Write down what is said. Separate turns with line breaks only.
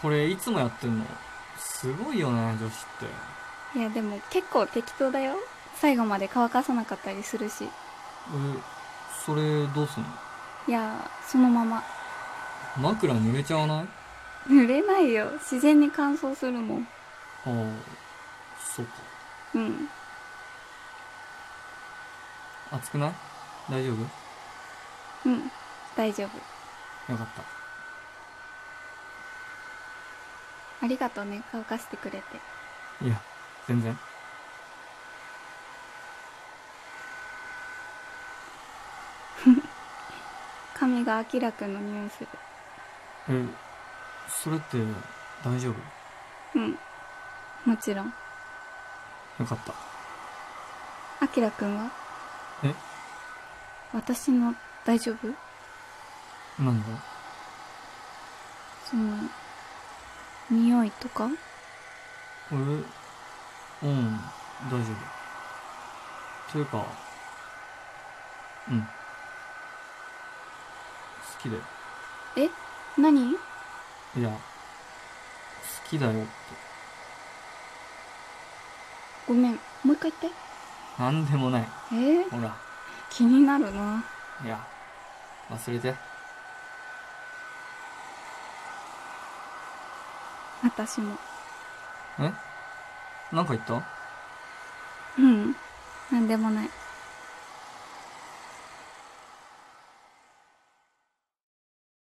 これいつもやってんのすごいよね女子って
いやでも結構適当だよ最後まで乾かさなかったりするし
えそれどうすんの
いやそのまま
枕濡れちゃわないあ
濡れないよ自然に乾燥するもん
あそうか
うん
暑くない大丈夫よ
うん大丈夫
かった
ありがとうね乾かしてくれて
いや、全然。
髪が明らくんの匂いする
え、それって大丈夫
うんもちろん
よかった。
あきらくんは
え
私の大丈夫
なんだ
その匂いとか
え、うん、大丈夫。ていうか、うん。好きだよ。
何
いや、好きだよって。
ごめんもう一回言って
なんでもない。
えー、
ほら、
気になるない
や、忘れて。
私も
なんか言った
うんなんでもない